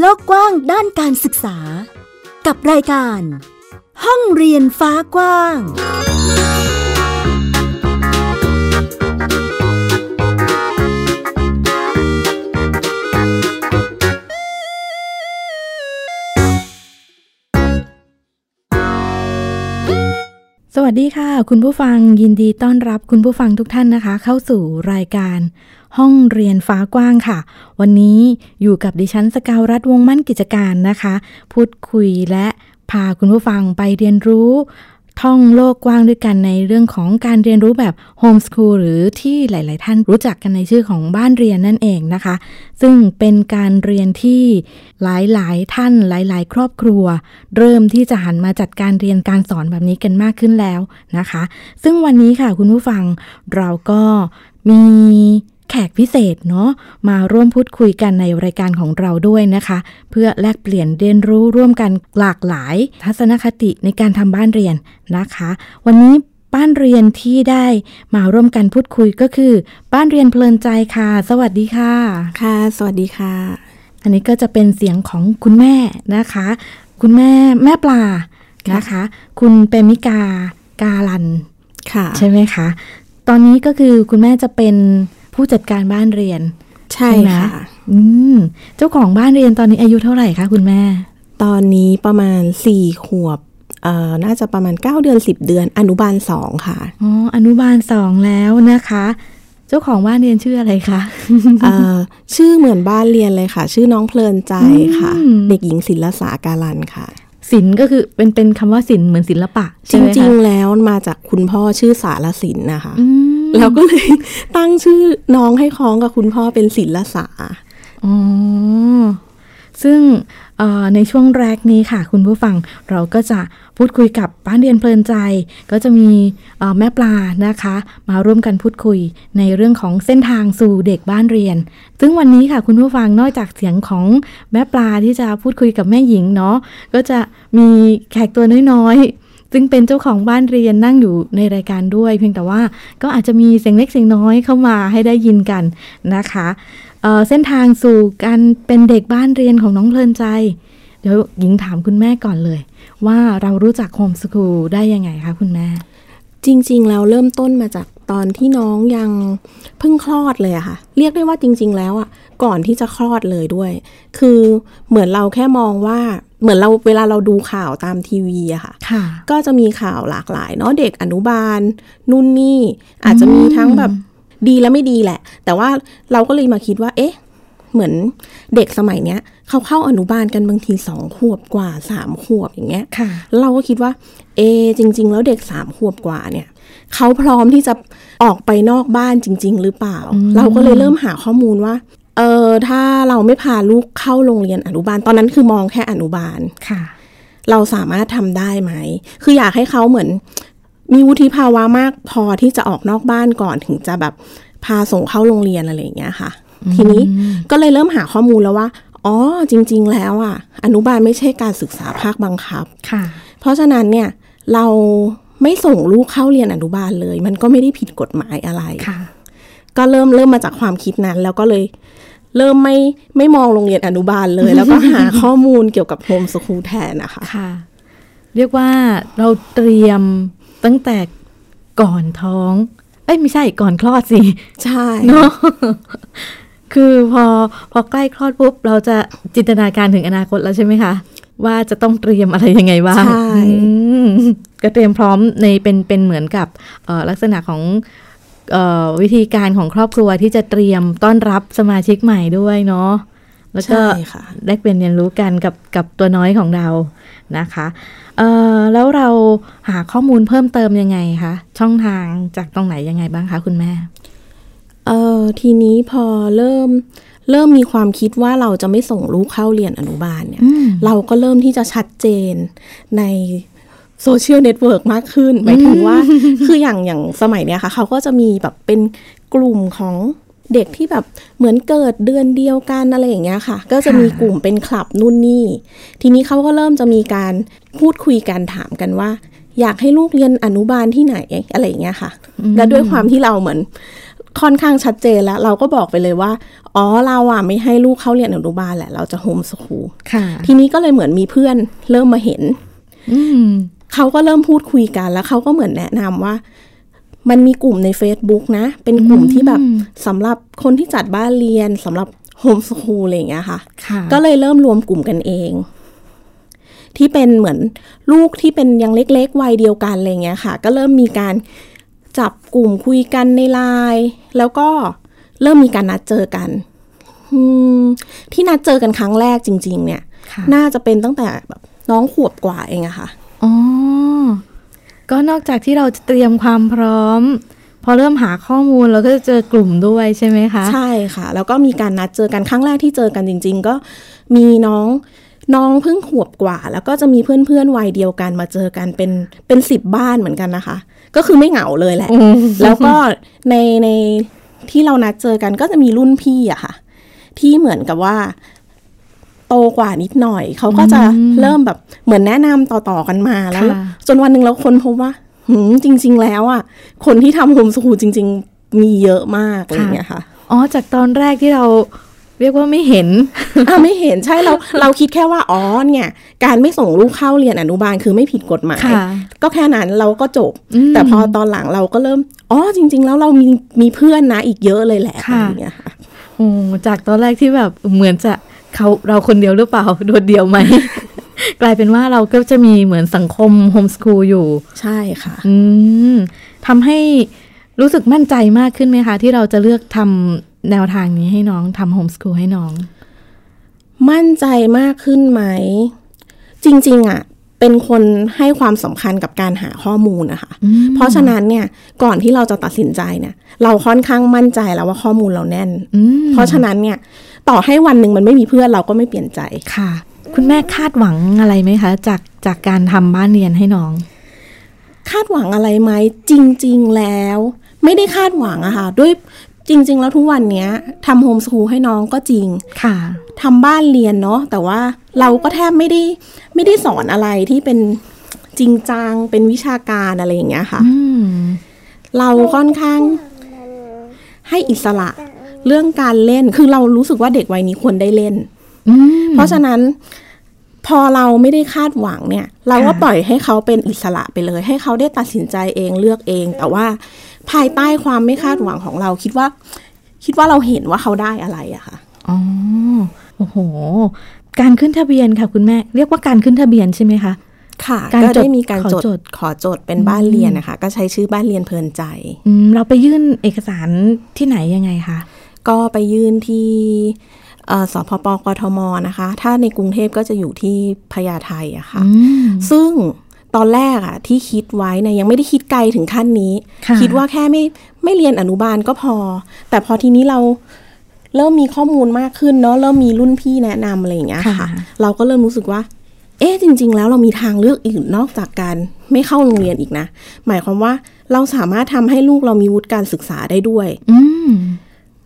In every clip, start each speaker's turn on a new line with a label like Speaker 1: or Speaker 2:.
Speaker 1: โลกกว้างด้านการศึกษา กับรายการ ห้องเรียนฟ้ากว้าง
Speaker 2: สวัสดีค่ะ คุณผู้ฟังยินดีต้อนรับคุณผู้ฟังทุกท่านนะคะ เข้าสู่รายการ ห้องเรียนฟ้ากว้างค่ะ วันนี้อยู่กับดิฉันสกาวรัฐวงศ์มั่นกิจการนะคะ พูดคุยและพาคุณผู้ฟังไปเรียนรู้ ท่องโลกกว้างด้วยกันในเรื่องของการเรียนรู้แบบโฮมสคูลหรือที่หลาย ๆ ท่านรู้จักกันในชื่อของบ้านเรียนนั่นเองนะคะ ซึ่งเป็นการเรียนที่หลาย ๆ ท่านหลาย ๆ ครอบครัว เริ่มที่จะหันมาจัดการเรียนการสอนแบบนี้กันมากขึ้นแล้วนะคะ ซึ่งวันนี้ค่ะคุณผู้ฟังเราก็มีแขกพิเศษเนาะมาร่วมพูดคุยกันในรายการของเราด้วยนะคะ เพื่อแลกเปลี่ยนเรียนรู้ร่วมกันหลากหลาย ทัศนคติในการทำบ้านเรียนนะคะ วันนี้บ้านเรียนที่ได้มาร่วมกันพูดคุยก็คือ บ้านเรียนเพลินใจค่ะ สวัสดีค่ะ
Speaker 3: ค่ะ สวัสดีค่ะ
Speaker 2: อันนี้ก็จะเป็นเสียงของคุณแม่นะคะ คุณแม่แม่ปลานะคะ คุณเปมิกากาลัน
Speaker 3: ค่ะ
Speaker 2: ใช่ไหมคะ ตอนนี้ก็คือคุณแม่จะเป็นผู้จัดการบ้านเรียน
Speaker 3: ใช่
Speaker 2: ใช่ไหม
Speaker 3: ค่ะ
Speaker 2: อืมเจ้าของบ้านเรียนตอนนี้อายุเท่าไหร่คะคุณแม่
Speaker 3: ตอนนี้ประมาณสี่ขวบเอ่อน่าจะประมาณ 9 เดือน 10 เดือน อนุบาลสองค่ะ
Speaker 2: อ๋ออนุบาลสองแล้วนะคะ เจ้าของบ้านเรียนชื่ออะไรคะ
Speaker 3: เอ่อชื่อเหมือนบ้านเรียนเลยค่ะ ชื่อน้องเพลินใจค่ะ
Speaker 2: อืม
Speaker 3: เด็กหญิงศิลสาการันค่ะ
Speaker 2: ศิลป์ก็คือเป็นเป็นคำว่าศิลป์เหมือนศิลปะ
Speaker 3: จ
Speaker 2: ใช่ไหมคะ
Speaker 3: ริงๆแล้วมาจากคุณพ่อชื่อสารสินนะคะ
Speaker 2: อืม
Speaker 3: แล้วก็เลย ตั้งชื่อน้องให้คล้องกับคุณพ่อเป็นศิลสา
Speaker 2: อ๋อซึ่งเอ่อในช่วงแรกนี้ค่ะ คุณผู้ฟังเราก็จะพูดคุยกับบ้านเรียนเพลินใจ ก็จะมีเอ่อแม่ปลานะคะ มาร่วมกันพูดคุยในเรื่องของเส้นทางสู่เด็กบ้านเรียน ซึ่งวันนี้ค่ะ คุณผู้ฟังนอกจากเสียงของแม่ปลาที่จะพูดคุยกับแม่หญิงเนาะก็จะมีแขกตัวน้อยๆ ซึ่งเป็นเจ้าของบ้านเรียนนั่งอยู่ในรายการด้วย เพียงแต่ว่าก็อาจจะมีเสียงเล็กเสียงน้อยเข้ามาให้ได้ยินกันนะคะเอ่อเส้นทางสู่การเป็นเด็กบ้านเรียนของน้องเพลินใจ เดี๋ยวหญิงถามคุณแม่ก่อนเลย ว่าเรารู้จักโฮมสคูลได้ยังไงคะคุณแม่
Speaker 3: จริงๆ แล้วเริ่มต้นมาจากตอนที่น้องยังเพิ่งคลอดเลยอะค่ะ เรียกได้ว่าจริง ๆ แล้วอะก่อนที่จะคลอดเลยด้วย คือเหมือนเราแค่มองว่าเหมือนเราเวลาเราดูข่าวตามทีวีอะค่ะ
Speaker 2: ค่ะ
Speaker 3: ก็จะมีข่าวหลากหลายเนาะเด็กอนุบาล นู่นนี่ อาจจะมีทั้งแบบดีและไม่ดีแหละ แต่ว่าเราก็เลยมาคิดว่า เอ๊ะ เหมือนเด็กสมัยเนี้ยเขาเข้าอนุบาลกันบางทีสองขวบกว่าสามขวบอย่างเงี้ย
Speaker 2: ค่ะ
Speaker 3: เราก็คิดว่า เอะจริง ๆ แล้วเด็กสามขวบกว่าเนี่ยเขาพร้อมที่จะออกไปนอกบ้านจริง ๆ หรือเปล่า เราก็เลยเริ่มหาข้อมูลว่า เออถ้าเราไม่พาลูกเข้าโรงเรียนอนุบาล ตอนนั้นคือมองแค่อนุบาล
Speaker 2: ค่ะ
Speaker 3: เราสามารถทำได้ไหม คืออยากให้เขาเหมือน มีวุฒิภาวะมากพอที่จะออกนอกบ้านก่อนถึงจะแบบพาส่งเข้าโรงเรียนอะไรอย่างเงี้ยค่ะ ทีนี้ก็เลยเริ่มหาข้อมูลแล้วว่า อ๋อ จริง ๆ แล้วอ่ะ อนุบาลไม่ใช่การศึกษาภาคบังคับ
Speaker 2: ค่ะ
Speaker 3: เพราะฉะนั้นเนี่ยเราไม่ส่งลูกเข้าเรียนอนุบาลเลย มันก็ไม่ได้ผิดกฎหมายอะไร
Speaker 2: ค่ะ
Speaker 3: ก็เริ่มเริ่มมาจากความคิดนั้น แล้วก็เลยเริ่มไม่ไม่มองโรงเรียนอนุบาลเลย แล้วก็หา ข้อมูลเกี่ยวกับโฮมสคูลแทนนะคะ
Speaker 2: ค่ะ เรียกว่าเราเตรียมตั้งแต่ก่อนท้อง เอ้ยไม่ใช่ก่อนคลอด สิ
Speaker 3: ใช่
Speaker 2: เนาะ คือพอพอใกล้คลอดปุ๊บ เราจะจินตนาการถึงอนาคตแล้วใช่ไหมคะ ว่าจะต้องเตรียมอะไรยังไงบ้าง
Speaker 3: ใช่
Speaker 2: อืมก็เตรียมพร้อมในเป็นเป็นเหมือนกับเอ่อลักษณะของเอ่อวิธีการของครอบครัวที่จะเตรียมต้อนรับสมาชิกใหม่ด้วยเนาะแล้วก็
Speaker 3: ใช่ค่ะ
Speaker 2: แลกเปลี่ยนเรียนรู้กันกับกับตัวน้อยของเรานะคะเอ่อแล้วเราหาข้อมูลเพิ่มเติมยังไงคะช่องทางจากตรงไหนยังไงบ้างคะคุณแม่
Speaker 3: เออทีนี้พอเริ่มเริ่มมีความคิดว่าเราจะไม่ส่งลูกเข้าเรียนอนุบาลเนี่ย
Speaker 2: อืม
Speaker 3: เราก็เริ่มที่จะชัดเจนในโซเชียลเน็ตเวิร์กมากขึ้นหมายถึงว่า คืออย่างอย่างสมัยเนี้ยค่ะ เขาก็จะมีแบบเป็นกลุ่มของเด็กที่แบบเหมือนเกิดเดือนเดียวกันอะไรอย่างเงี้ยค่ะ ก็จะมีกลุ่มเป็นคลับนู่นนี่ ทีนี้เขาก็เริ่มจะมีการพูดคุยกันถามกันว่า อยากให้ลูกเรียนอนุบาลที่ไหนอะไรอย่างเงี้ยค่ะ และด้วยความที่เราเหมือน ค่อนข้างชัดเจนแล้ว เราก็บอกไปเลยว่า อ๋อเราอ่ะไม่ให้ลูกเข้าเรียนอนุบาลแหละ เราจะโฮมสคูล
Speaker 2: ค่ะ
Speaker 3: ทีนี้ก็เลยเหมือนมีเพื่อนเริ่มมาเห็น
Speaker 2: อืม
Speaker 3: เขาก็เริ่มพูดคุยกันแล้วเขาก็เหมือนแนะนำว่า มันมีกลุ่มใน Facebook นะ เป็นกลุ่มที่แบบสำหรับคนที่จัดบ้านเรียนสำหรับโฮมสคูลอะไรอย่างเงี้ยค่ะ
Speaker 2: ค่ะ
Speaker 3: ก็เลยเริ่มรวมกลุ่มกันเอง ที่เป็นเหมือนลูกที่เป็นยังเล็กๆวัยเดียวกันอะไรเงี้ยค่ะ ก็เริ่มมีการจับกลุ่มคุยกันในไลน์แล้วก็เริ่มมีการนัดเจอกันอืมที่นัดเจอกันครั้งแรกจริง ๆ เนี่ย
Speaker 2: ค่ะ
Speaker 3: น่าจะเป็นตั้งแต่แบบน้องขวบกว่าเองอะค่ะ
Speaker 2: อ๋อก็นอกจากที่เราจะเตรียมความพร้อม พอเริ่มหาข้อมูลเราก็จะเจอกลุ่มด้วยใช่ไหมคะ
Speaker 3: ใช่ค่ะ แล้วก็มีการนัดเจอกันครั้งแรกที่เจอกันจริง ๆ ก็มีน้องน้องเพิ่งขวบกว่า แล้วก็จะมีเพื่อนๆวัยเดียวกันมาเจอกันเป็นเป็นสิบบ้านเหมือนกันนะคะ ก็คือไม่เหงาเลยแหละ แล้วก็ในในที่เรานัดเจอกันก็จะมีรุ่นพี่อะค่ะ ที่เหมือนกับว่า โตกว่านิดหน่อย เขาก็จะเริ่มแบบเหมือนแนะนำต่อๆกันมาแล้ว
Speaker 2: ค่ะ
Speaker 3: จนวันหนึ่งเราคนพบว่าหืมจริง ๆ แล้วอะคนที่ทำโฮมสกูลจริง ๆ มีเยอะมากอะไรอย่างเงี้ยค่ะ
Speaker 2: อ๋อจากตอนแรกที่เราเรียกว่าไม่เห็น
Speaker 3: อ่ะไม่เห็นใช่เราเราคิดแค่ว่าอ๋อเนี่ย การไม่ส่งลูกเข้าเรียนอนุบาลคือไม่ผิดกฎหมาย
Speaker 2: ค่ะ
Speaker 3: ก็แค่นั้นเราก็จบ
Speaker 2: อืม
Speaker 3: แต่พอตอนหลังเราก็เริ่มอ๋อจริง ๆ แล้วเรามีมีเพื่อนนะอีกเยอะเลยแหละอะ
Speaker 2: ค่ะ
Speaker 3: ไรอย่างเงี้ยค่ะ
Speaker 2: โอ้จากตอนแรกที่แบบเหมือนจะเขาเราคนเดียวหรือเปล่า โดดเดียวไหม กลายเป็นว่าเราก็จะมีเหมือนสังคมโฮมส o ูลอยู่
Speaker 3: ใช่ค่ะ
Speaker 2: อืมทำให้รู้สึกมั่นใจมากขึ้นไหมคะ ที่เราจะเลือกทำแนวทางนี้ให้น้องทำโฮมส o ูลให้น้อง
Speaker 3: มั่นใจมากขึ้นไหม จริง ๆ อ่ะ เป็นคนให้ความสำคัญกับการหาข้อมูลนะคะ เพราะฉะนั้นเนี่ยก่อนที่เราจะตัดสินใจเนี่ย เราค่อนข้างมั่นใจแล้วว่าข้อมูลเราแน่น
Speaker 2: อืม
Speaker 3: เพราะฉะนั้นเนี่ย ต่อให้วันหนึ่งมันไม่มีเพื่อนเราก็ไม่เปลี่ยนใจ
Speaker 2: ค่ะ คุณแม่คาดหวังอะไรไหมคะ จากจากการทำบ้านเรียนให้น้อง
Speaker 3: คาดหวังอะไรไหมจริง ๆ แล้ว ไม่ได้คาดหวังอะค่ะ ด้วยจริง ๆ แล้วทุกวันเนี้ยทำโฮมสคูลให้น้องก็จริง
Speaker 2: ค่ะ
Speaker 3: ทำบ้านเรียนเนาะแต่ว่าเราก็แทบไม่ได้ไม่ได้สอนอะไรที่เป็นจริงจังเป็นวิชาการอะไรอย่างเงี้ยค่ะ
Speaker 2: อืม
Speaker 3: เราค่อนข้างให้อิสระเรื่องการเล่นคือเรารู้สึกว่าเด็กวัยนี้ควรได้เล่น
Speaker 2: อืม
Speaker 3: เพราะฉะนั้นพอเราไม่ได้คาดหวังเนี่ย เราก็
Speaker 2: ค่ะ
Speaker 3: ปล่อยให้เขาเป็นอิสระไปเลย ให้เขาได้ตัดสินใจเองเลือกเอง แต่ว่าภายใต้ความไม่คาดหวังของเราคิดว่า คิดว่าเราเห็นว่าเขาได้อะไรอะค่ะ
Speaker 2: อ๋อ โอ้โห การขึ้นทะเบียนค่ะคุณแม่ เรียกว่าการขึ้นทะเบียนใช่ไหมคะ
Speaker 3: ค่ะ
Speaker 2: การ
Speaker 3: ก็
Speaker 2: จ
Speaker 3: ได้
Speaker 2: ด
Speaker 3: มีการ
Speaker 2: ขอ
Speaker 3: จด
Speaker 2: จด
Speaker 3: ขอจดเป็นบ้านเรียนนะคะ ก็ใช้ชื่อบ้านเรียนเพลินใจ
Speaker 2: อืมเราไปยื่นเอกสารที่ไหนยังไงคะ
Speaker 3: ก็ไปยื่นที่เอ่อสพปกทมนะคะ ถ้าในกรุงเทพก็จะอยู่ที่พญาไทอะค่ะ
Speaker 2: อืม
Speaker 3: ซึ่งตอนแรกอะที่คิดไว้เนี่ยยังไม่ได้คิดไกลถึงขั้นนี้
Speaker 2: ค่ะ
Speaker 3: คิดว่าแค่ไม่ไม่เรียนอนุบาลก็พอ แต่พอทีนี้เราเริ่มมีข้อมูลมากขึ้นเนาะเริ่มมีรุ่นพี่แนะนำอะไรอย่างเงี้ยค่ะ เราก็เริ่มรู้สึกว่า เอ๊ะจริง ๆ แล้วเรามีทางเลือกอื่นนอกจากการไม่เข้าโรงเรียนอีกนะ หมายความว่าเราสามารถทำให้ลูกเรามีวุฒิการศึกษาได้ด้วย
Speaker 2: อืม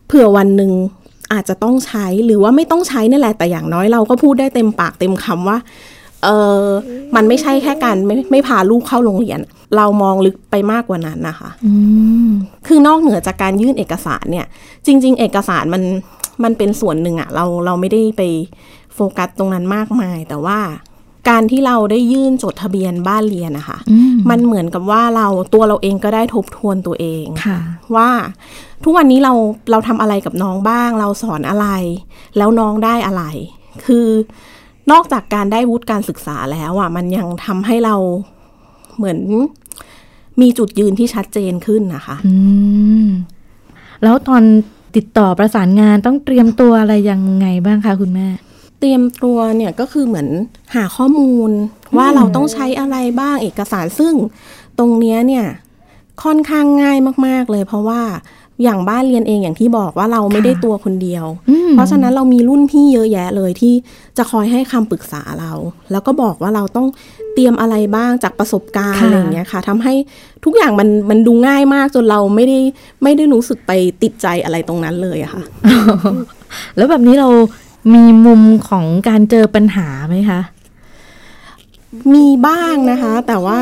Speaker 3: เผื่อวันหนึ่งอาจจะต้องใช้หรือว่าไม่ต้องใช้นี่แหละแต่อย่างน้อยเราก็พูดได้เต็มปากเต็มคำว่าเออมันไม่ใช่แค่การไม่ไม่พาลูกเข้าโรงเรียน เรามองลึกไปมากกว่านั้นนะคะ
Speaker 2: อืม
Speaker 3: คือนอกเหนือจากการยื่นเอกสารเนี่ย จริง ๆ เอกสารมันมันเป็นส่วนหนึ่งอะเราเราไม่ได้ไปโฟกัสตรงนั้นมากมาย แต่ว่าการที่เราได้ยื่นจดทะเบียนบ้านเรียนนะคะ
Speaker 2: อืม
Speaker 3: มันเหมือนกับว่าเราตัวเราเองก็ได้ทบทวนตัวเอง
Speaker 2: ค่ะ
Speaker 3: ว่าทุกวันนี้เราเราทำอะไรกับน้องบ้าง เราสอนอะไร แล้วน้องได้อะไร คือนอกจากการได้วุฒิการศึกษาแล้วอ่ะ มันยังทำให้เราเหมือนมีจุดยืนที่ชัดเจนขึ้นนะคะ
Speaker 2: อืม แล้วตอนติดต่อประสานงานต้องเตรียมตัวอะไรยังไงบ้างคะคุณแม่
Speaker 3: เตรียมตัวเนี่ยก็คือเหมือนหาข้อมูลว่าเราต้องใช้อะไรบ้างเอกสารซึ่งตรงเนี้ยเนี่ยค่อนข้างง่ายมาก ๆ เลย เพราะว่าอย่างบ้านเรียนเองอย่างที่บอกว่าเราไม่ได้ตัวคนเดียว
Speaker 2: อืม
Speaker 3: เพราะฉะนั้นเรามีรุ่นพี่เยอะแยะเลยที่จะคอยให้คำปรึกษาเรา แล้วก็บอกว่าเราต้องเตรียมอะไรบ้างจากประสบการณ์
Speaker 2: ค่ะ
Speaker 3: อะไรอย่างเงี้ยค่ะทำให้ทุกอย่างมันมันดูง่ายมากจนเราไม่ได้ไม่ได้รู้สึกไปติดใจอะไรตรงนั้นเลยอะค่ะ
Speaker 2: แล้วแบบนี้เรามีมุมของการเจอปัญหาไหมคะ
Speaker 3: มีบ้างนะคะ แต่ว่า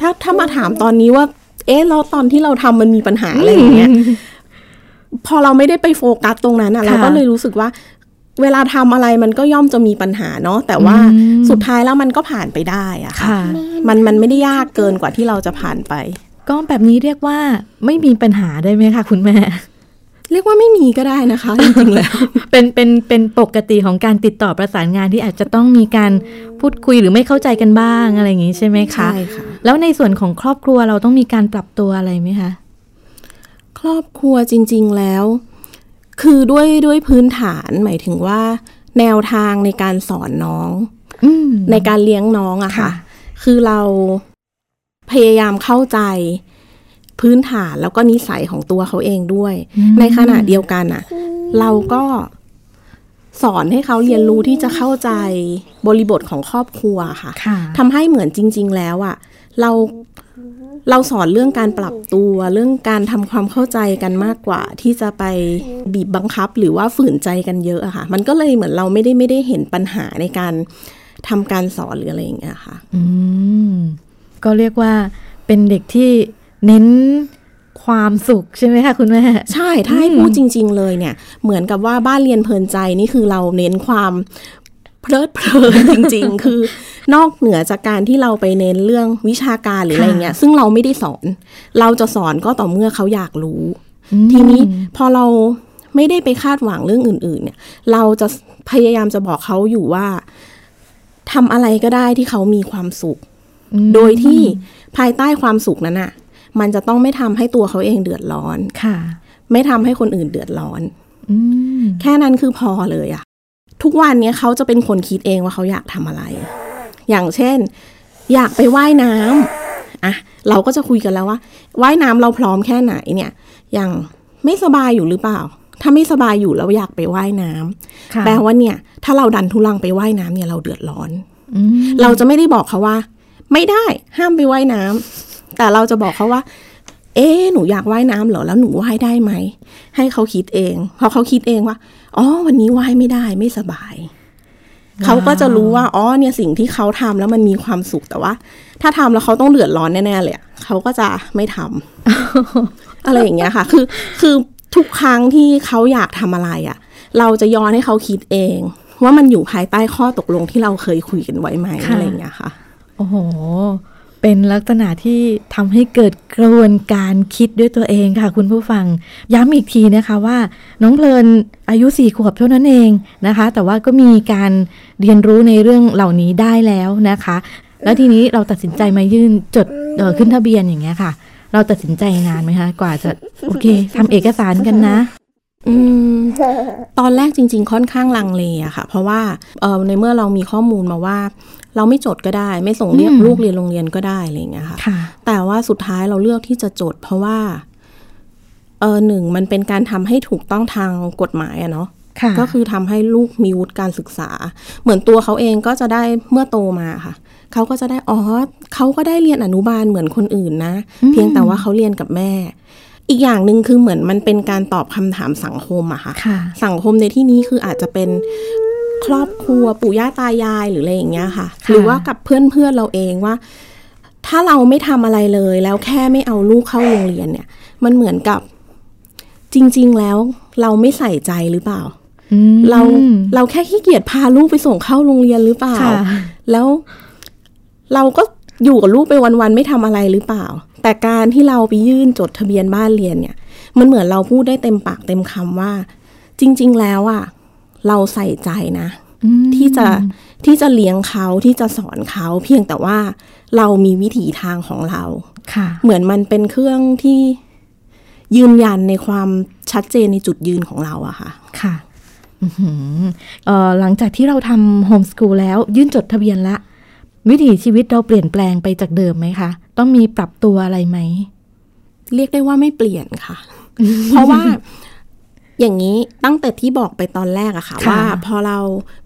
Speaker 3: ถ้าถ้ามาถามตอนนี้ว่า เอ๊ะเราตอนที่เราทำมันมีปัญหาอะไรอย่างเงี้ย พอเราไม่ได้ไปโฟกัสตรงนั้นอะ
Speaker 2: ค่ะ
Speaker 3: เราก็เลยรู้สึกว่า เวลาทำอะไรมันก็ย่อมจะมีปัญหาเนาะแต่ว่า
Speaker 2: อืม
Speaker 3: สุดท้ายแล้วมันก็ผ่านไปได้อะค่ะ
Speaker 2: ค่ะ
Speaker 3: มันมันไม่ได้ยากเกินกว่าที่เราจะผ่านไป
Speaker 2: ก็แบบนี้เรียกว่าไม่มีปัญหาได้ไหมคะคุณแม่
Speaker 3: เรียกว่าไม่มีก็ได้นะคะ จริงๆแล้ว
Speaker 2: เป็นเป็นเป็นปกติของการติดต่อประสานงานที่อาจจะต้องมีการพูดคุยหรือไม่เข้าใจกันบ้างอะไรอย่างนี้ใช่ไหมคะ
Speaker 3: ใช่ค่ะ
Speaker 2: แล้วในส่วนของครอบครัวเราต้องมีการปรับตัวอะไรไหมคะ
Speaker 3: ครอบครัวจริง ๆแล้ว คือด้วยด้วยพื้นฐานหมายถึงว่า แนวทางในการสอนน้อง
Speaker 2: อืม
Speaker 3: ในการเลี้ยงน้องอะค่ะ
Speaker 2: ค่ะ
Speaker 3: คือเราพยายามเข้าใจพื้นฐานแล้วก็นิสัยของตัวเขาเองด้วย ในขณะเดียวกันอะเราก็สอนให้เขาเรียนรู้ที่จะเข้าใจบริบทของครอบครัวค่ะ
Speaker 2: ค่ะ
Speaker 3: ทำให้เหมือนจริง ๆ แล้วอะเราเราสอนเรื่องการปรับตัวเรื่องการทำความเข้าใจกันมากกว่า ที่จะไปบีบบังคับหรือว่าฝืนใจกันเยอะอะค่ะ มันก็เลยเหมือนเราไม่ได้ไม่ได้เห็นปัญหาในการทำการสอนหรืออะไรอย่างเงี้ยค่ะ
Speaker 2: อืม ก็เรียกว่าเป็นเด็กที่เน้นความสุขใช่ไหมคะคุณแม่
Speaker 3: ใช่ถ้าให้พูดจริง ๆ เลยเนี่ย เหมือนกับว่าบ้านเรียนเพลินใจนี่คือเราเน้นความเพลิดเพลิน จริง ๆ คือนอกเหนือจากการที่เราไปเน้นเรื่องวิชาการหรืออะไร
Speaker 2: ค่ะ
Speaker 3: เงี้ย ซึ่งเราไม่ได้สอน เราจะสอนก็ต่อเมื่อเขาอยากรู้
Speaker 2: อืม
Speaker 3: ทีนี้พอเราไม่ได้ไปคาดหวังเรื่องอื่น ๆ เนี่ย เราจะพยายามจะบอกเขาอยู่ว่าทำอะไรก็ได้ที่เขามีความสุข
Speaker 2: อืม
Speaker 3: โดยที่ภายใต้ความสุขนั้นอะมันจะต้องไม่ทำให้ตัวเขาเองเดือดร้อน
Speaker 2: ค่ะ
Speaker 3: ไม่ทำให้คนอื่นเดือดร้อน
Speaker 2: อืม
Speaker 3: แค่นั้นคือพอเลยอะทุกวันเนี้ยเขาจะเป็นคนคิดเองว่าเขาอยากทำอะไร อย่างเช่น อยากไปว่ายน้ำอะเราก็จะคุยกันแล้วว่า ว่ายน้ำเราพร้อมแค่ไหนเนี่ย อย่างไม่สบายอยู่หรือเปล่า ถ้าไม่สบายอยู่แล้วอยากไปว่ายน้ำ
Speaker 2: ค่ะ
Speaker 3: แปลว่าเนี่ย ถ้าเราดันทุลังไปว่ายน้ำเนี่ยเราเดือดร้อน
Speaker 2: อืม
Speaker 3: เราจะไม่ได้บอกเขาว่า ไม่ได้ห้ามไปว่ายน้ำแต่เราจะบอกเขาว่า เอ๊ะหนูอยากว่ายน้ำเหรอแล้วหนูว่ายได้ไหมให้เขาคิดเองพอเขาคิดเองว่าอ๋อวันนี้ว่ายไม่ได้ไม่สบาย เขาก็จะรู้ว่าอ๋อเนี่ยสิ่งที่เขาทำแล้วมันมีความสุขแต่ว่า ถ้าทำแล้วเขาต้องเดือดร้อนแน่ๆเลยอะเขาก็จะไม่ทำ อะไรอย่างเงี้ยค่ะ คือคือทุกครั้งที่เขาอยากทำอะไรอะ่ะ เราจะย้อนให้เขาคิดเอง ว่ามันอยู่ภายใต้ข้อตกลงที่เราเคยคุยกันไว้ไหมอะไรอย่างเงี้ยค่ะ
Speaker 2: โอ้โห เป็นลักษณะที่ทำให้เกิดกระบวนการคิดด้วยตัวเองค่ะ คุณผู้ฟัง ย้ำอีกทีนะคะว่า น้องเพลินอายุ4ขวบเท่านั้นเองนะคะ แต่ว่าก็มีการเรียนรู้ในเรื่องเหล่านี้ได้แล้วนะคะ แล้วทีนี้เราตัดสินใจมายื่นจดเอ่อขึ้นทะเบียนอย่างเงี้ยค่ะ เราตัดสินใจนานไหมคะ กว่าจะโอเคทำเอกสารกันนะ
Speaker 3: อืมตอนแรกจริง ๆ ค่อนข้างลังเลอะค่ะ เพราะว่าเอ่อในเมื่อเรามีข้อมูลมาว่า เราไม่จดก็ได้ ไม่ส่งเรียก
Speaker 2: อืม
Speaker 3: ลูกเรียนโรงเรียนก็ได้อะไรอย่างเงี้ยค่ะ
Speaker 2: ค่ะ
Speaker 3: แต่ว่าสุดท้ายเราเลือกที่จะจด เพราะว่าเออหนึ่งมันเป็นการทำให้ถูกต้องทางกฎหมายอะเนาะ
Speaker 2: ค่ะ
Speaker 3: ก็คือทำให้ลูกมีวุฒิการศึกษา เหมือนตัวเขาเองก็จะได้เมื่อโตมาค่ะ เขาก็จะได้อ๋อเขาก็ได้เรียนอนุบาลเหมือนคนอื่นนะ เพียงแต่ว่าเขาเรียนกับแม่ อีกอย่างหนึ่งคือเหมือนมันเป็นการตอบคำถามสังคมอะค่ะ
Speaker 2: ค่ะ
Speaker 3: สังคมในที่นี้คืออาจจะเป็นครอบครัวปู่ย่าตายายหรืออะไรอย่างเงี้ยค่ะ
Speaker 2: ค่ะ
Speaker 3: หรือว่ากับเพื่อนเพื่อนๆเราเองว่า ถ้าเราไม่ทำอะไรเลยแล้วแค่ไม่เอาลูกเข้าโรงเรียนเนี่ย มันเหมือนกับจริง ๆ แล้วเราไม่ใส่ใจหรือเปล่า
Speaker 2: อืม
Speaker 3: เราเราแค่ขี้เกียจพาลูกไปส่งเข้าโรงเรียนหรือเปล่า
Speaker 2: ค่ะ
Speaker 3: แล้วเราก็อยู่กับลูกไปวันๆไม่ทำอะไรหรือเปล่า แต่การที่เราไปยื่นจดทะเบียนบ้านเรียนเนี่ย มันเหมือนเราพูดได้เต็มปากเต็มคำว่า จริง ๆ แล้วอะเราใส่ใจนะ
Speaker 2: อืม
Speaker 3: ที่จะที่จะเลี้ยงเขาที่จะสอนเขาเพียงแต่ว่าเรามีวิถีทางของเรา
Speaker 2: ค่ะ
Speaker 3: เหมือนมันเป็นเครื่องที่ยืนยันในความชัดเจนในจุดยืนของเราอะค่ะ
Speaker 2: ค่ะอื้อหือเอ่อหลังจากที่เราทำโฮมสกูลแล้วยื่นจดทะเบียนละ วิถีชีวิตเราเปลี่ยนแปลงไปจากเดิมไหมคะ ต้องมีปรับตัวอะไรไหม
Speaker 3: เรียกได้ว่าไม่เปลี่ยนค่ะ เพราะว่าอย่างนี้ตั้งแต่ที่บอกไปตอนแรกอะค่ะ
Speaker 2: ค่ะ
Speaker 3: ว่าพอเรา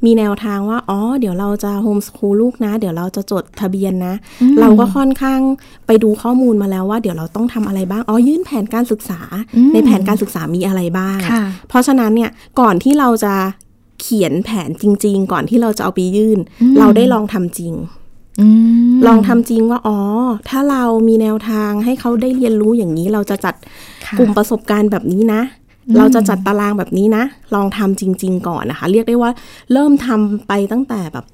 Speaker 3: มีแนวทางว่า อ๋อ เดี๋ยวเราจะโฮมสคูลลูกนะ เดี๋ยวเราจะจดทะเบียนนะ เราก็ค่อนข้างไปดูข้อมูลมาแล้วว่าเดี๋ยวเราต้องทำอะไรบ้าง อ๋อ ยื่นแผนการศึกษา ในแผนการศึกษามีอะไรบ้าง
Speaker 2: ค่ะ
Speaker 3: เพราะฉะนั้นเนี่ยก่อนที่เราจะเขียนแผนจริง ๆ ก่อนที่เราจะเอาไปยื่น เราได้ลองทำจริง
Speaker 2: อืม
Speaker 3: ลองทำจริงว่าอ๋อ ถ้าเรามีแนวทางให้เขาได้เรียนรู้อย่างนี้เราจะจัด
Speaker 2: ค่ะ
Speaker 3: กลุ่มประสบการณ์แบบนี้นะ เราจะจัดตารางแบบนี้นะ ลองทำจริง ๆ ก่อนนะคะ เรียกได้ว่าเริ่มทำไปตั้งแต่แบบ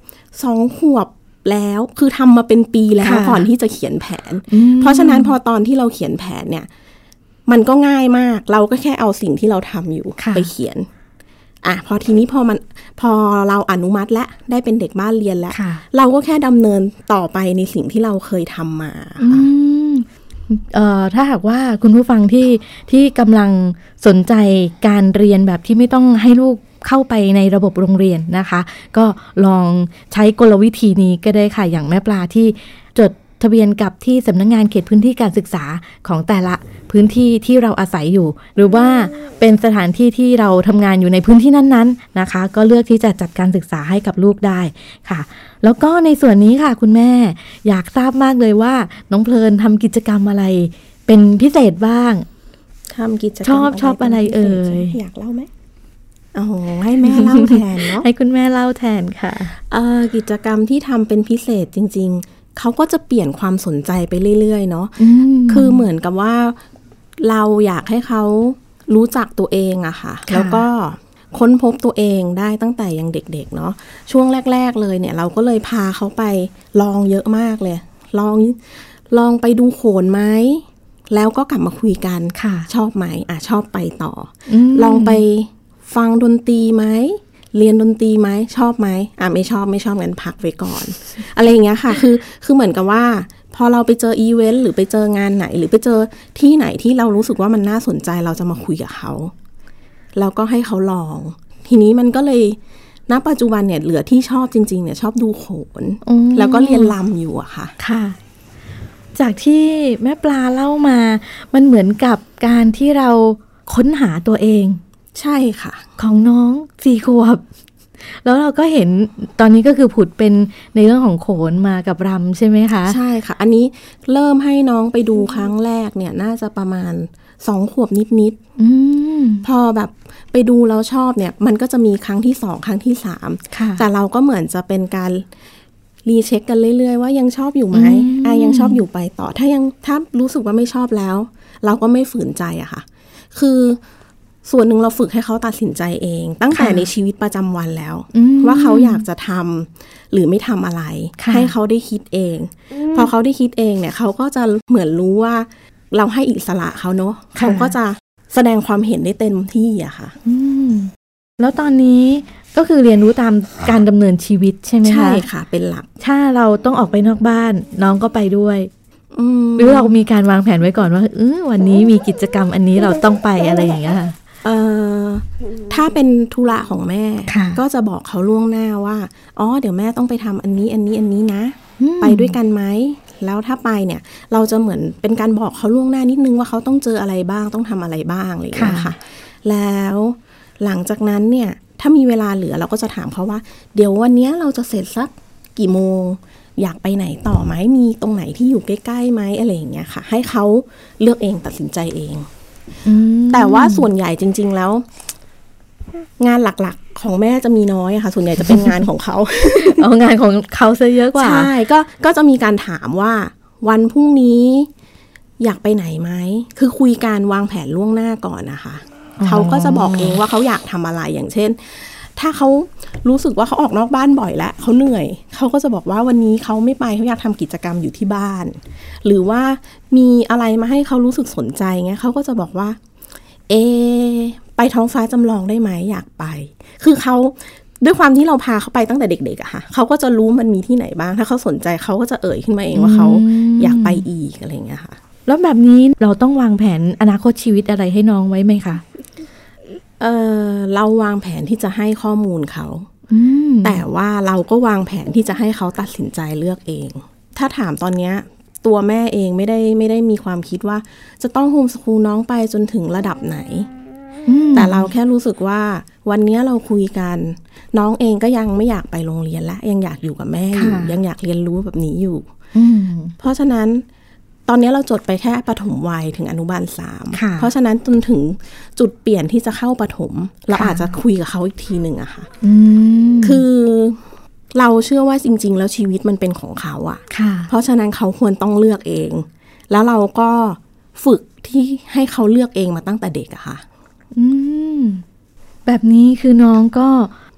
Speaker 3: สองขวบแล้ว คือทำมาเป็นปีแล้ว
Speaker 2: ค่ะ
Speaker 3: ก่อนที่จะเขียนแผน เพราะฉะนั้นพอตอนที่เราเขียนแผนเนี่ย มันก็ง่ายมาก เราก็แค่เอาสิ่งที่เราทำอยู่
Speaker 2: ค่ะ
Speaker 3: ไปเขียน อ่ะพอทีนี้พอมันพอเราอนุมัติและได้เป็นเด็กบ้านเรียนแล้ว
Speaker 2: ค่ะ
Speaker 3: เราก็แค่ดำเนินต่อไปในสิ่งที่เราเคยทำมา
Speaker 2: อืมเอ่อถ้าหากว่าคุณผู้ฟังที่ที่กำลังสนใจการเรียนแบบที่ไม่ต้องให้ลูกเข้าไปในระบบโรงเรียนนะคะ ก็ลองใช้กลวิธีนี้ก็ได้ค่ะ อย่างแม่ปลาที่จดทะเบียนกับที่สำนักงานเขตพื้นที่การศึกษาของแต่ละพื้นที่ที่เราอาศัยอยู่ หรือว่าเป็นสถานที่ที่เราทำงานอยู่ในพื้นที่นั้นๆนะคะ ก็เลือกที่จะจัดการศึกษาให้กับลูกได้ค่ะ แล้วก็ในส่วนนี้ค่ะคุณแม่ อยากทราบมากเลยว่า น้องเพลินทำกิจกรรมอะไร เป็นพิเศษบ้าง
Speaker 3: ทำกิจกรรม
Speaker 2: ชอบชอบอะไรเอ่ย
Speaker 3: อยากเล่าไหมอ๋อให้แม่เล่าแทน เนาะ
Speaker 2: ให้คุณแม่เล่าแทนค่ะ
Speaker 3: เอ่อกิจกรรมที่ทำเป็นพิเศษจริง ๆ เขาก็จะเปลี่ยนความสนใจไปเรื่อยๆ เนาะ คือเหมือนกับว่าเราอยากให้เขารู้จักตัวเองอะค่ะ
Speaker 2: ค่ะ
Speaker 3: แล้วก็ค้นพบตัวเองได้ตั้งแต่ยังเด็กๆ เนาะ ช่วงแรก ๆ เลยเนี่ย เราก็เลยพาเขาไปลองเยอะมากเลย ลองลองไปดูโขนไหม แล้วก็กลับมาคุยกัน
Speaker 2: ค่ะ
Speaker 3: ชอบไหมอ่ะชอบไปต่อ
Speaker 2: ม
Speaker 3: ลองไปฟังดนตรีไหม เรียนดนตรีไหม ชอบไหมอ่ะไม่ชอบไม่ชอบงั้นพักไว้ก่อน อะไรอย่างเงี้ยค่ะ คือคือเหมือนกับว่า พอเราไปเจออีเวนต์หรือไปเจองานไหน หรือไปเจอที่ไหนที่เรารู้สึกว่ามันน่าสนใจเราจะมาคุยกับเขา แล้วก็ให้เขาลอง ทีนี้มันก็เลยณปัจจุบันเนี่ยเหลือที่ชอบจริงๆเนี่ยชอบดูโขน
Speaker 2: อืม
Speaker 3: แล้วก็เรียนลำอยู่อะค่ะ
Speaker 2: ค่ะ จากที่แม่ปลาเล่ามา มันเหมือนกับการที่เราค้นหาตัวเอง
Speaker 3: ใช่ค่ะ
Speaker 2: ของน้องสี่ขวบ แล้วเราก็เห็นตอนนี้ก็คือผุดเป็นในเรื่องของโขนมากับรำใช่ไหมคะ
Speaker 3: ใช่ค่ะ อันนี้เริ่มให้น้องไปดูครั้งแรกเนี่ยน่าจะประมาณสองขวบนิดๆ
Speaker 2: อืม
Speaker 3: พอแบบไปดูแล้วชอบเนี่ย มันก็จะมีครั้งที่สองครั้งที่สาม
Speaker 2: ค่ะ
Speaker 3: แต่เราก็เหมือนจะเป็นการรีเช็คกันเรื่อยๆ ว่ายังชอบอยู่ไหม
Speaker 2: อืม
Speaker 3: อ่ะยังชอบอยู่ไปต่อ ถ้ายังถ้ารู้สึกว่าไม่ชอบแล้ว เราก็ไม่ฝืนใจอะค่ะ คือส่วนหนึ่งเราฝึกให้เขาตัดสินใจเอง ตั้งแต่ในชีวิตประจำวันแล้ว
Speaker 2: อืม
Speaker 3: ว่าเขาอยากจะทำหรือไม่ทำอะไร
Speaker 2: ค่ะ
Speaker 3: ให้เขาได้คิดเอง พอเขาได้คิดเองเนี่ย เขาก็จะเหมือนรู้ว่าเราให้อิสระเขาเนาะเขาก็จะแสดงความเห็นได้เต็มที่อะค่ะ
Speaker 2: อืมแล้วตอนนี้ก็คือเรียนรู้ตามการดำเนินชีวิตใช่ไหมคะ
Speaker 3: ใช่ค่ะ เป็นหลัก
Speaker 2: ถ้าเราต้องออกไปนอกบ้าน น้องก็ไปด้วย
Speaker 3: อืม
Speaker 2: หรือเรามีการวางแผนไว้ก่อนว่าเออวันนี้มีกิจกรรมอันนี้เราต้องไปอะไรอย่างเงี้ยค่ะ
Speaker 3: เอ่อถ้าเป็นธุระของแม่
Speaker 2: ค่ะ
Speaker 3: ก็จะบอกเขาล่วงหน้าว่าอ๋อเดี๋ยวแม่ต้องไปทำอันนี้อันนี้อันนี้นะ
Speaker 2: อืม
Speaker 3: ไปด้วยกันไหม แล้วถ้าไปเนี่ย เราจะเหมือนเป็นการบอกเขาล่วงหน้านิดนึงว่าเขาต้องเจออะไรบ้าง ต้องทำอะไรบ้างอะไรอย่างเงี้ยค่ะ แล้วหลังจากนั้นเนี่ย ถ้ามีเวลาเหลือเราก็จะถามเขาว่า เดี๋ยววันเนี้ยเราจะเสร็จสักกี่โมง อยากไปไหนต่อไหม มีตรงไหนที่อยู่ใกล้ๆไหมอะไรอย่างเงี้ยค่ะ ให้เขาเลือกเองตัดสินใจเอง
Speaker 2: อืม
Speaker 3: แต่ว่าส่วนใหญ่จริง ๆแล้ว งานหลักๆของแม่จะมีน้อยอะค่ะ ส่วนใหญ่จะเป็นงานของเขา
Speaker 2: เอางานของเขาซะเยอะกว่า
Speaker 3: ใช่ก็ก็จะมีการถามว่า วันพรุ่งนี้อยากไปไหนไหม คือคุยการวางแผนล่วงหน้าก่อนนะคะ
Speaker 2: อ๋อ
Speaker 3: เขาก็จะบอกเองว่าเขาอยากทำอะไรอย่างเช่น ถ้าเขารู้สึกว่าเขาออกนอกบ้านบ่อยแล้วเขาเหนื่อย เขาก็จะบอกว่าวันนี้เขาไม่ไปเขาอยากทำกิจกรรมอยู่ที่บ้าน หรือว่ามีอะไรมาให้เขารู้สึกสนใจเงี้ยเขาก็จะบอกว่า เอะไปท้องฟ้าจำลองได้ไหมอยากไป คือเขาด้วยความที่เราพาเขาไปตั้งแต่เด็กๆอะค่ะเขาก็จะรู้มันมีที่ไหนบ้าง ถ้าเขาสนใจเขาก็จะเอ่ยขึ้นมาเองว่าเขาอยากไปอีกอะไรอย่างเงี้ยค่ะ
Speaker 2: แล้วแบบนี้เราต้องวางแผนอนาคตชีวิตอะไรให้น้องไว้ไหมคะ
Speaker 3: เออเราวางแผนที่จะให้ข้อมูลเขา
Speaker 2: อืม
Speaker 3: แต่ว่าเราก็วางแผนที่จะให้เขาตัดสินใจเลือกเอง ถ้าถามตอนเนี้ยตัวแม่เองไม่ได้ไม่ได้มีความคิดว่า จะต้องโฮมสคูลน้องไปจนถึงระดับไหน
Speaker 2: อืม
Speaker 3: แต่เราแค่รู้สึกว่าวันเนี้ยเราคุยกัน น้องเองก็ยังไม่อยากไปโรงเรียนละยังอยากอยู่กับแม่อยู่ยังอยากเรียนรู้แบบนี้อยู่
Speaker 2: อืม
Speaker 3: เพราะฉะนั้นตอนนี้เราจดไปแค่ปฐมวัยถึงอนุบาลสาม
Speaker 2: ค่ะ
Speaker 3: เพราะฉะนั้นจนถึงจุดเปลี่ยนที่จะเข้าปฐมเรา
Speaker 2: ค่ะ
Speaker 3: อาจจะคุยกับเขาอีกทีหนึ่งอะค่ะ
Speaker 2: อืม
Speaker 3: คือเราเชื่อว่าจริง ๆ แล้วชีวิตมันเป็นของเขาอะ
Speaker 2: ค่ะ
Speaker 3: เพราะฉะนั้นเขาควรต้องเลือกเอง แล้วเราก็ฝึกที่ให้เขาเลือกเองมาตั้งแต่เด็กอะค่ะ
Speaker 2: อืม แบบนี้คือน้องก็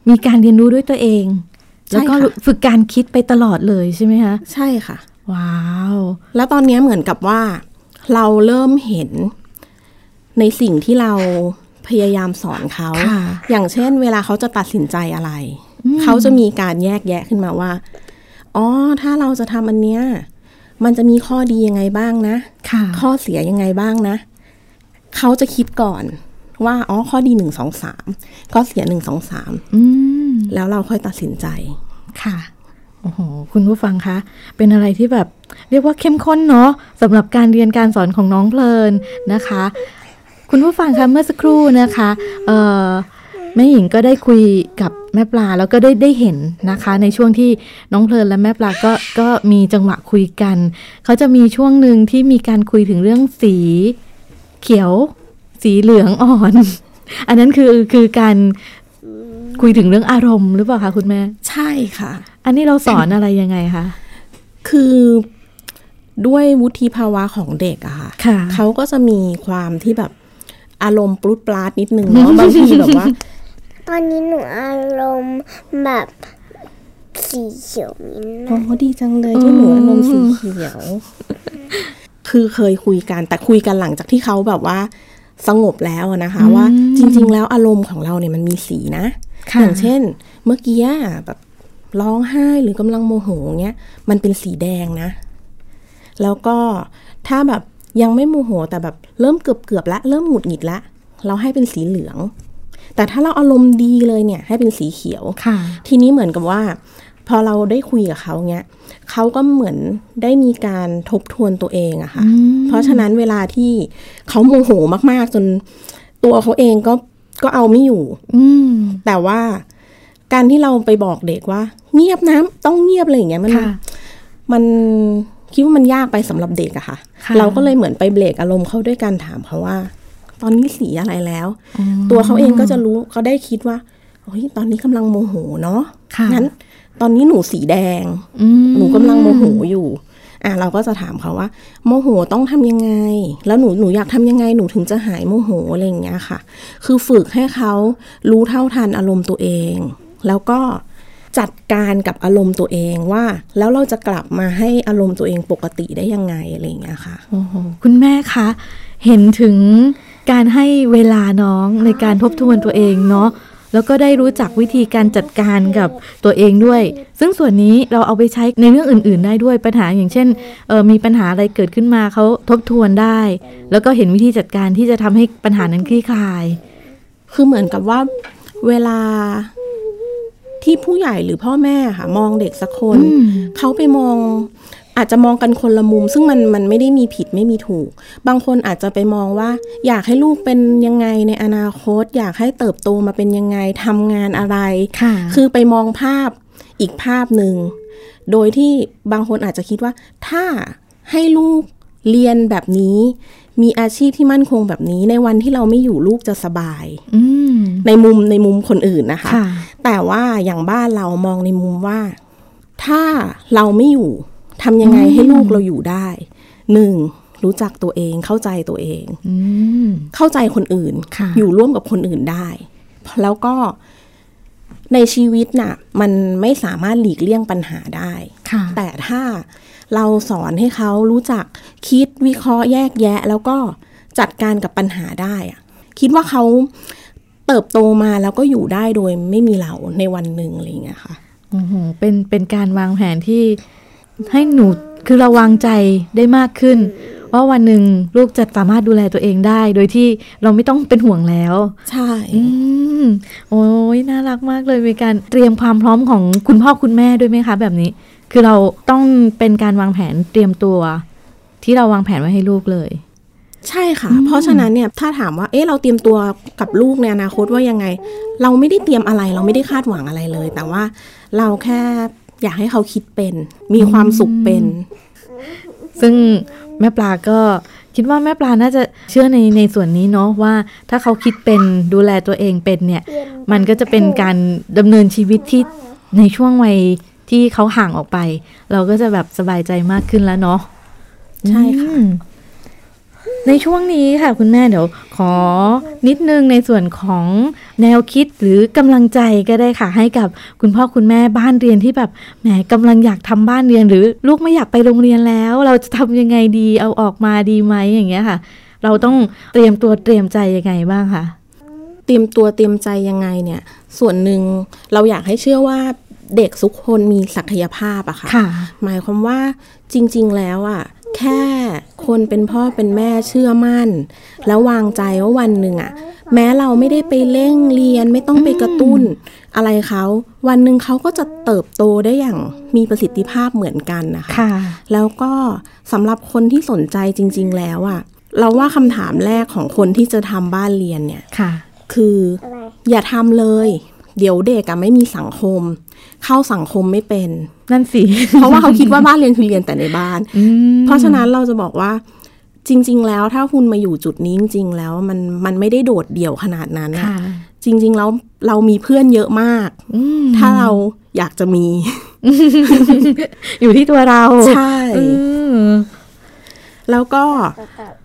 Speaker 2: มีการเรียนรู้ด้วยตัวเอง
Speaker 3: ใช่
Speaker 2: แล้วก็
Speaker 3: ค่ะ
Speaker 2: ฝึกการคิดไปตลอดเลยใช่ไหมคะ
Speaker 3: ใช่ค่ะ
Speaker 2: ว้าว
Speaker 3: แล้วตอนเนี้ยเหมือนกับว่า เราเริ่มเห็นในสิ่งที่เราพยายามสอนเขา
Speaker 2: ค่ะ
Speaker 3: อย่างเช่น เวลาเขาจะตัดสินใจอะไร เขาจะมีการแยกแยะขึ้นมาว่า อ๋อ ถ้าเราจะทำอันเนี้ย มันจะมีข้อดียังไงบ้างนะ
Speaker 2: ค่ะ
Speaker 3: ข้อเสียยังไงบ้างนะ เขาจะคิดก่อนว่า อ๋อ ข้อดีหนึ่งสองสามข้อเสียหนึ่งสองสาม
Speaker 2: อืม
Speaker 3: แล้วเราค่อยตัดสินใจ
Speaker 2: ค่ะ โอ้โห คุณผู้ฟังคะ เป็นอะไรที่แบบเรียกว่าเข้มข้นเนาะสำหรับการเรียนการสอนของน้องเพลินนะคะ คุณผู้ฟังคะเมื่อสักครู่นะคะเอ่อแม่หญิงก็ได้คุยกับแม่ปลาแล้วก็ได้ได้เห็นนะคะ ในช่วงที่น้องเพลินและแม่ปลาก็ก็มีจังหวะคุยกัน เขาจะมีช่วงหนึ่งที่มีการคุยถึงเรื่องสีเขียว สีเหลืองอ่อน อันนั้นคือคือการคุยถึงเรื่องอารมณ์หรือเปล่าคะคุณแม่
Speaker 3: ใช่ค่ะ
Speaker 2: อันนี้เราสอน อะไรยังไงคะ
Speaker 3: คือด้วยวุฒิภาวะของเด็กอะค่ะ
Speaker 2: ค่ะ
Speaker 3: เขาก็จะมีความที่แบบอารมณ์ปลุดปลาดนิดนึง เนาะ บางทีแบบว่า
Speaker 4: ตอนนี้หนูอารมณ์แบบสีเขียวมิ้นท์
Speaker 3: อ๋อ
Speaker 4: มา
Speaker 3: ก ดีจังเลยที่หนูอารมณ์สีเขียว คือเคยคุยกัน แต่คุยกันหลังจากที่เขาแบบว่า สงบแล้วอะนะคะ ว่าจริง ๆ แล้วอารมณ์ของเราเนี่ยมันมีสีนะ
Speaker 2: ค่ะ
Speaker 3: อย่างเช่น เมื่อกี้อะแบบร้องไห้หรือกำลังโมโหเงี้ยมันเป็นสีแดงนะ แล้วก็ถ้าแบบยังไม่โมโห แต่แบบเริ่มเกือบเกือบๆละเริ่มหงุดหงิดละเราให้เป็นสีเหลือง แต่ถ้าเราอารมณ์ดีเลยเนี่ย ให้เป็นสีเขียว
Speaker 2: ค่ะ
Speaker 3: ทีนี้เหมือนกับว่า พอเราได้คุยกับเขาเงี้ยเขาก็เหมือนได้มีการทบทวนตัวเองอะค่ะ เพราะฉะนั้นเวลาที่เขาโมโหมาก ๆ จนตัวเขาเองก็ก็เอาไม่อยู่
Speaker 2: อืม
Speaker 3: แต่ว่าการที่เราไปบอกเด็กว่า เงียบนะต้องเงียบอะไรอย่างเงี้ยมัน
Speaker 2: ค่ะ
Speaker 3: มันคิดว่ามันยากไปสำหรับเด็กอะค่ะ
Speaker 2: ค่ะ
Speaker 3: เราก็เลยเหมือนไปเบรกอารมณ์เขาด้วยการถามเขาว่า ตอนนี้สีอะไรแล้ว ตัวเขาเองก็จะรู้เขาได้คิดว่าเฮ้ยตอนนี้กำลังโมโหเนาะ
Speaker 2: ค่ะ
Speaker 3: งั้นตอนนี้หนูสีแดง
Speaker 2: อืม
Speaker 3: หนูกำลังโมโหอยู่ อ่ะเราก็จะถามเขาว่า โมโหต้องทำยังไง แล้วหนูหนูอยากทำยังไงหนูถึงจะหายโมโหอะไรอย่างเงี้ยค่ะ คือฝึกให้เขารู้เท่าทันอารมณ์ตัวเอง แล้วก็จัดการกับอารมณ์ตัวเองว่า แล้วเราจะกลับมาให้อารมณ์ตัวเองปกติได้ยังไงอะไรอย่างเงี้ยค่ะ
Speaker 2: โอ้โห คุณแม่คะ เห็นถึงการให้เวลาน้องในการทบทวนตัวเองเนาะ แล้วก็ได้รู้จักวิธีการจัดการกับตัวเองด้วย ซึ่งส่วนนี้เราเอาไปใช้ในเรื่องอื่น ๆ ได้ด้วยปัญหาอย่างเช่น เออมีปัญหาอะไรเกิดขึ้นมาเขาทบทวนได้ แล้วก็เห็นวิธีจัดการที่จะทำให้ปัญหานั้นคลี่คลาย
Speaker 3: คือเหมือนกับว่าเวลาที่ผู้ใหญ่หรือพ่อแม่ค่ะ มองเด็กสักคน
Speaker 2: อืม
Speaker 3: เขาไปมองอาจจะมองกันคนละมุม ซึ่งมันมันไม่ได้มีผิดไม่มีถูก บางคนอาจจะไปมองว่า อยากให้ลูกเป็นยังไงในอนาคต อยากให้เติบโตมาเป็นยังไงทำงานอะไร
Speaker 2: ค่ะ
Speaker 3: คือไปมองภาพอีกภาพหนึ่ง โดยที่บางคนอาจจะคิดว่า ถ้าให้ลูกเรียนแบบนี้ มีอาชีพที่มั่นคงแบบนี้ ในวันที่เราไม่อยู่ลูกจะสบาย
Speaker 2: อืม
Speaker 3: ในมุมในมุมคนอื่นนะคะ
Speaker 2: ค่ะ
Speaker 3: แต่ว่าอย่างบ้านเรามองในมุมว่า ถ้าเราไม่อยู่ทำยังไงให้ลูกเราอยู่ได้หนึ่งรู้จักตัวเองเข้าใจตัวเอง
Speaker 2: อืม
Speaker 3: เข้าใจคนอื่น
Speaker 2: ค่ะ
Speaker 3: อยู่ร่วมกับคนอื่นได้ แล้วก็ในชีวิตน่ะ มันไม่สามารถหลีกเลี่ยงปัญหาได้
Speaker 2: ค่ะ
Speaker 3: แต่ถ้าเราสอนให้เขารู้จักคิดวิเคราะห์แยกแยะ แล้วก็จัดการกับปัญหาได้อะคิดว่าเขาเติบโตมาแล้วก็อยู่ได้โดยไม่มีเราในวันหนึ่งอะไรอย่างเงี้ยค่ะ
Speaker 2: โอ้โหเป็นเป็นการวางแผนที่ให้หนูคือเราวางใจได้มากขึ้น ว่าวันหนึ่งลูกจะสามารถดูแลตัวเองได้ โดยที่เราไม่ต้องเป็นห่วงแล้ว
Speaker 3: ใช่
Speaker 2: อืม โอ้ยน่ารักมากเลยมีการเตรียมความพร้อมของคุณพ่อคุณแม่ด้วยไหมคะ แบบนี้ คือเราต้องเป็นการวางแผนเตรียมตัว ที่เราวางแผนไว้ให้ลูกเลย
Speaker 3: ใช่ค่ะ เพราะฉะนั้นเนี่ยถ้าถามว่า เอ๊ะเราเตรียมตัวกับลูกในอนาคตว่ายังไง เราไม่ได้เตรียมอะไร เราไม่ได้คาดหวังอะไรเลย แต่ว่าเราแค่อยากให้เขาคิดเป็น มีความสุขเป็น
Speaker 2: ซึ่งแม่ปลาก็คิดว่าแม่ปลาน่าจะเชื่อในในส่วนนี้เนาะว่า ถ้าเขาคิดเป็นดูแลตัวเองเป็นเนี่ย มันก็จะเป็นการดำเนินชีวิตที่ในช่วงวัยที่เขาห่างออกไป เราก็จะแบบสบายใจมากขึ้นแล้วเนาะ
Speaker 3: ใช่ค่ะ
Speaker 2: อืม ในช่วงนี้ค่ะคุณแม่เดี๋ยวขอนิดนึงในส่วนของแนวคิดหรือกำลังใจก็ได้ค่ะ ให้กับคุณพ่อคุณแม่บ้านเรียนที่แบบแหมกำลังอยากทำบ้านเรียน หรือลูกไม่อยากไปโรงเรียนแล้ว เราจะทำยังไงดีเอาออกมาดีไหมอย่างเงี้ยค่ะ เราต้องเตรียมตัวเตรียมใจยังไงบ้างคะ
Speaker 3: เตรียมตัวเตรียมใจยังไงเนี่ย ส่วนหนึ่งเราอยากให้เชื่อว่าเด็กทุกคนมีศักยภาพอะค่ะ
Speaker 2: ค่ะ
Speaker 3: หมายความว่าจริง ๆ แล้วอะแค่คนเป็นพ่อเป็นแม่เชื่อมั่น แล้ววางใจว่าวันหนึ่งอะแม้เราไม่ได้ไปเร่งเรียนไม่ต้องไปกระตุ้น อะไรเขาวันหนึ่งเขาก็จะเติบโตได้อย่างมีประสิทธิภาพเหมือนกันนะคะ
Speaker 2: ค่ะ
Speaker 3: แล้วก็สำหรับคนที่สนใจจริง ๆ แล้วอะเราว่าคำถามแรกของคนที่จะทำบ้านเรียนเนี่ย
Speaker 2: ค่ะ
Speaker 3: คือ
Speaker 4: อะไร
Speaker 3: อย่าทำเลย เดี๋ยวเด็กอะไม่มีสังคม เข้าสังคมไม่เป็น
Speaker 2: นั่นสิ
Speaker 3: เพราะว่าเขาคิดว่าบ้านเรียนคือเรียนแต่ในบ้าน
Speaker 2: อืม
Speaker 3: เพราะฉะนั้นเราจะบอกว่าจริง ๆ แล้วถ้าคุณมาอยู่จุดนี้จริง ๆ แล้วมันมันไม่ได้โดดเดี่ยวขนาดนั้นน่
Speaker 2: ค่ะ
Speaker 3: จริง ๆ แล้วเรามีเพื่อนเยอะมาก
Speaker 2: อืม
Speaker 3: ถ้าเราอยากจะมี
Speaker 2: อยู่ที่ตัวเรา
Speaker 3: ใช่
Speaker 2: อืม
Speaker 3: แล้วก็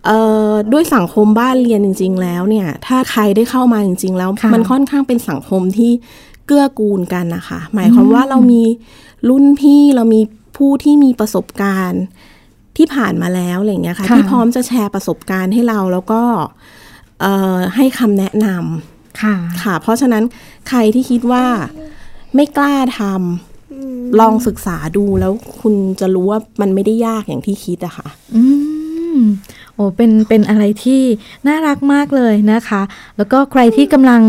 Speaker 3: เอ่อด้วยสังคมบ้านเรียนจริง ๆ แล้วเนี่ย ถ้าใครได้เข้ามาจริง ๆ แล้ว
Speaker 2: ค่ะ
Speaker 3: มันค่อนข้างเป็นสังคมที่เกื้อกูลกันนะคะ หมายความว่าเรามีรุ่นพี่เรามีผู้ที่มีประสบการณ์ที่ผ่านมาแล้วอะไรอย่างเงี้ยค่ะ
Speaker 2: ค่ะ
Speaker 3: ที่พร้อมจะแชร์ประสบการณ์ให้เราแล้วก็เอ่อให้คำแนะน
Speaker 2: ค่ะ
Speaker 3: ำค่ะ เพราะฉะนั้นใครที่คิดว่าไม่กล้าทำลองศึกษาดูแล้วคุณจะรู้ว่ามันไม่ได้ยากอย่างที่คิดอะค่ะ
Speaker 2: อืมโอ้เป็นเป็นอะไรที่น่ารักมากเลยนะคะ แล้วก็ใครที่กำลัง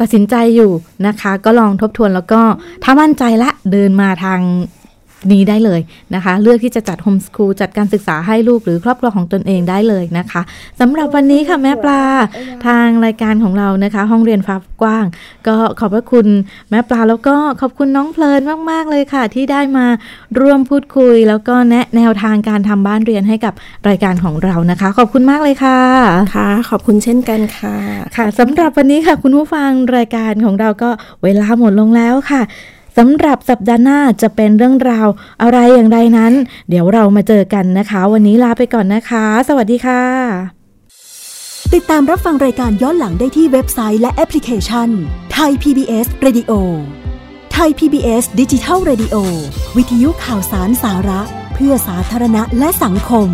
Speaker 2: ตัดสินใจอยู่นะคะ ก็ลองทบทวนแล้วก็ถ้ามั่นใจละเดินมาทางนี้ได้เลยนะคะ เลือกที่จะจัดโฮมส o ูลจัดการศึกษาให้ลูกหรือครอบครัวของตนเองได้เลยนะคะสำหรับวันนี้ค่ะแม่ปลา ทางรายการของเรานะคะ ห้องเรียนฟ้ากว้าง ก็ขอบพระคุณแม่ปลาแล้วก็ขอบคุณน้องเพลินมาก ๆ เลยค่ะ ที่ได้มาร่วมพูดคุย แล้วก็แนะแนวทางการทำบ้านเรียนให้กับรายการของเรานะคะ ขอบคุณมากเลยค่ะ
Speaker 3: ค่ะ ขอบคุณเช่นกันค่ะ
Speaker 2: ค่ะสำหรับวันนี้ค่ะคุณผู้ฟังรายการของเราก็เวลาหมดลงแล้วค่ะสำหรับสัปดาห์หน้าจะเป็นเรื่องราวอะไรอย่างไรนั้น เดี๋ยวเรามาเจอกันนะคะ วันนี้ลาไปก่อนนะคะ สวัสดีค่ะ
Speaker 1: ติดตามรับฟังรายการย้อนหลังได้ที่เว็บไซต์และแอปพลิเคชันไทย PBS Radio ไทย PBS ดิจิทัล Radio วิทยุข่าวสารสาระ เพื่อสาธารณะและสังคม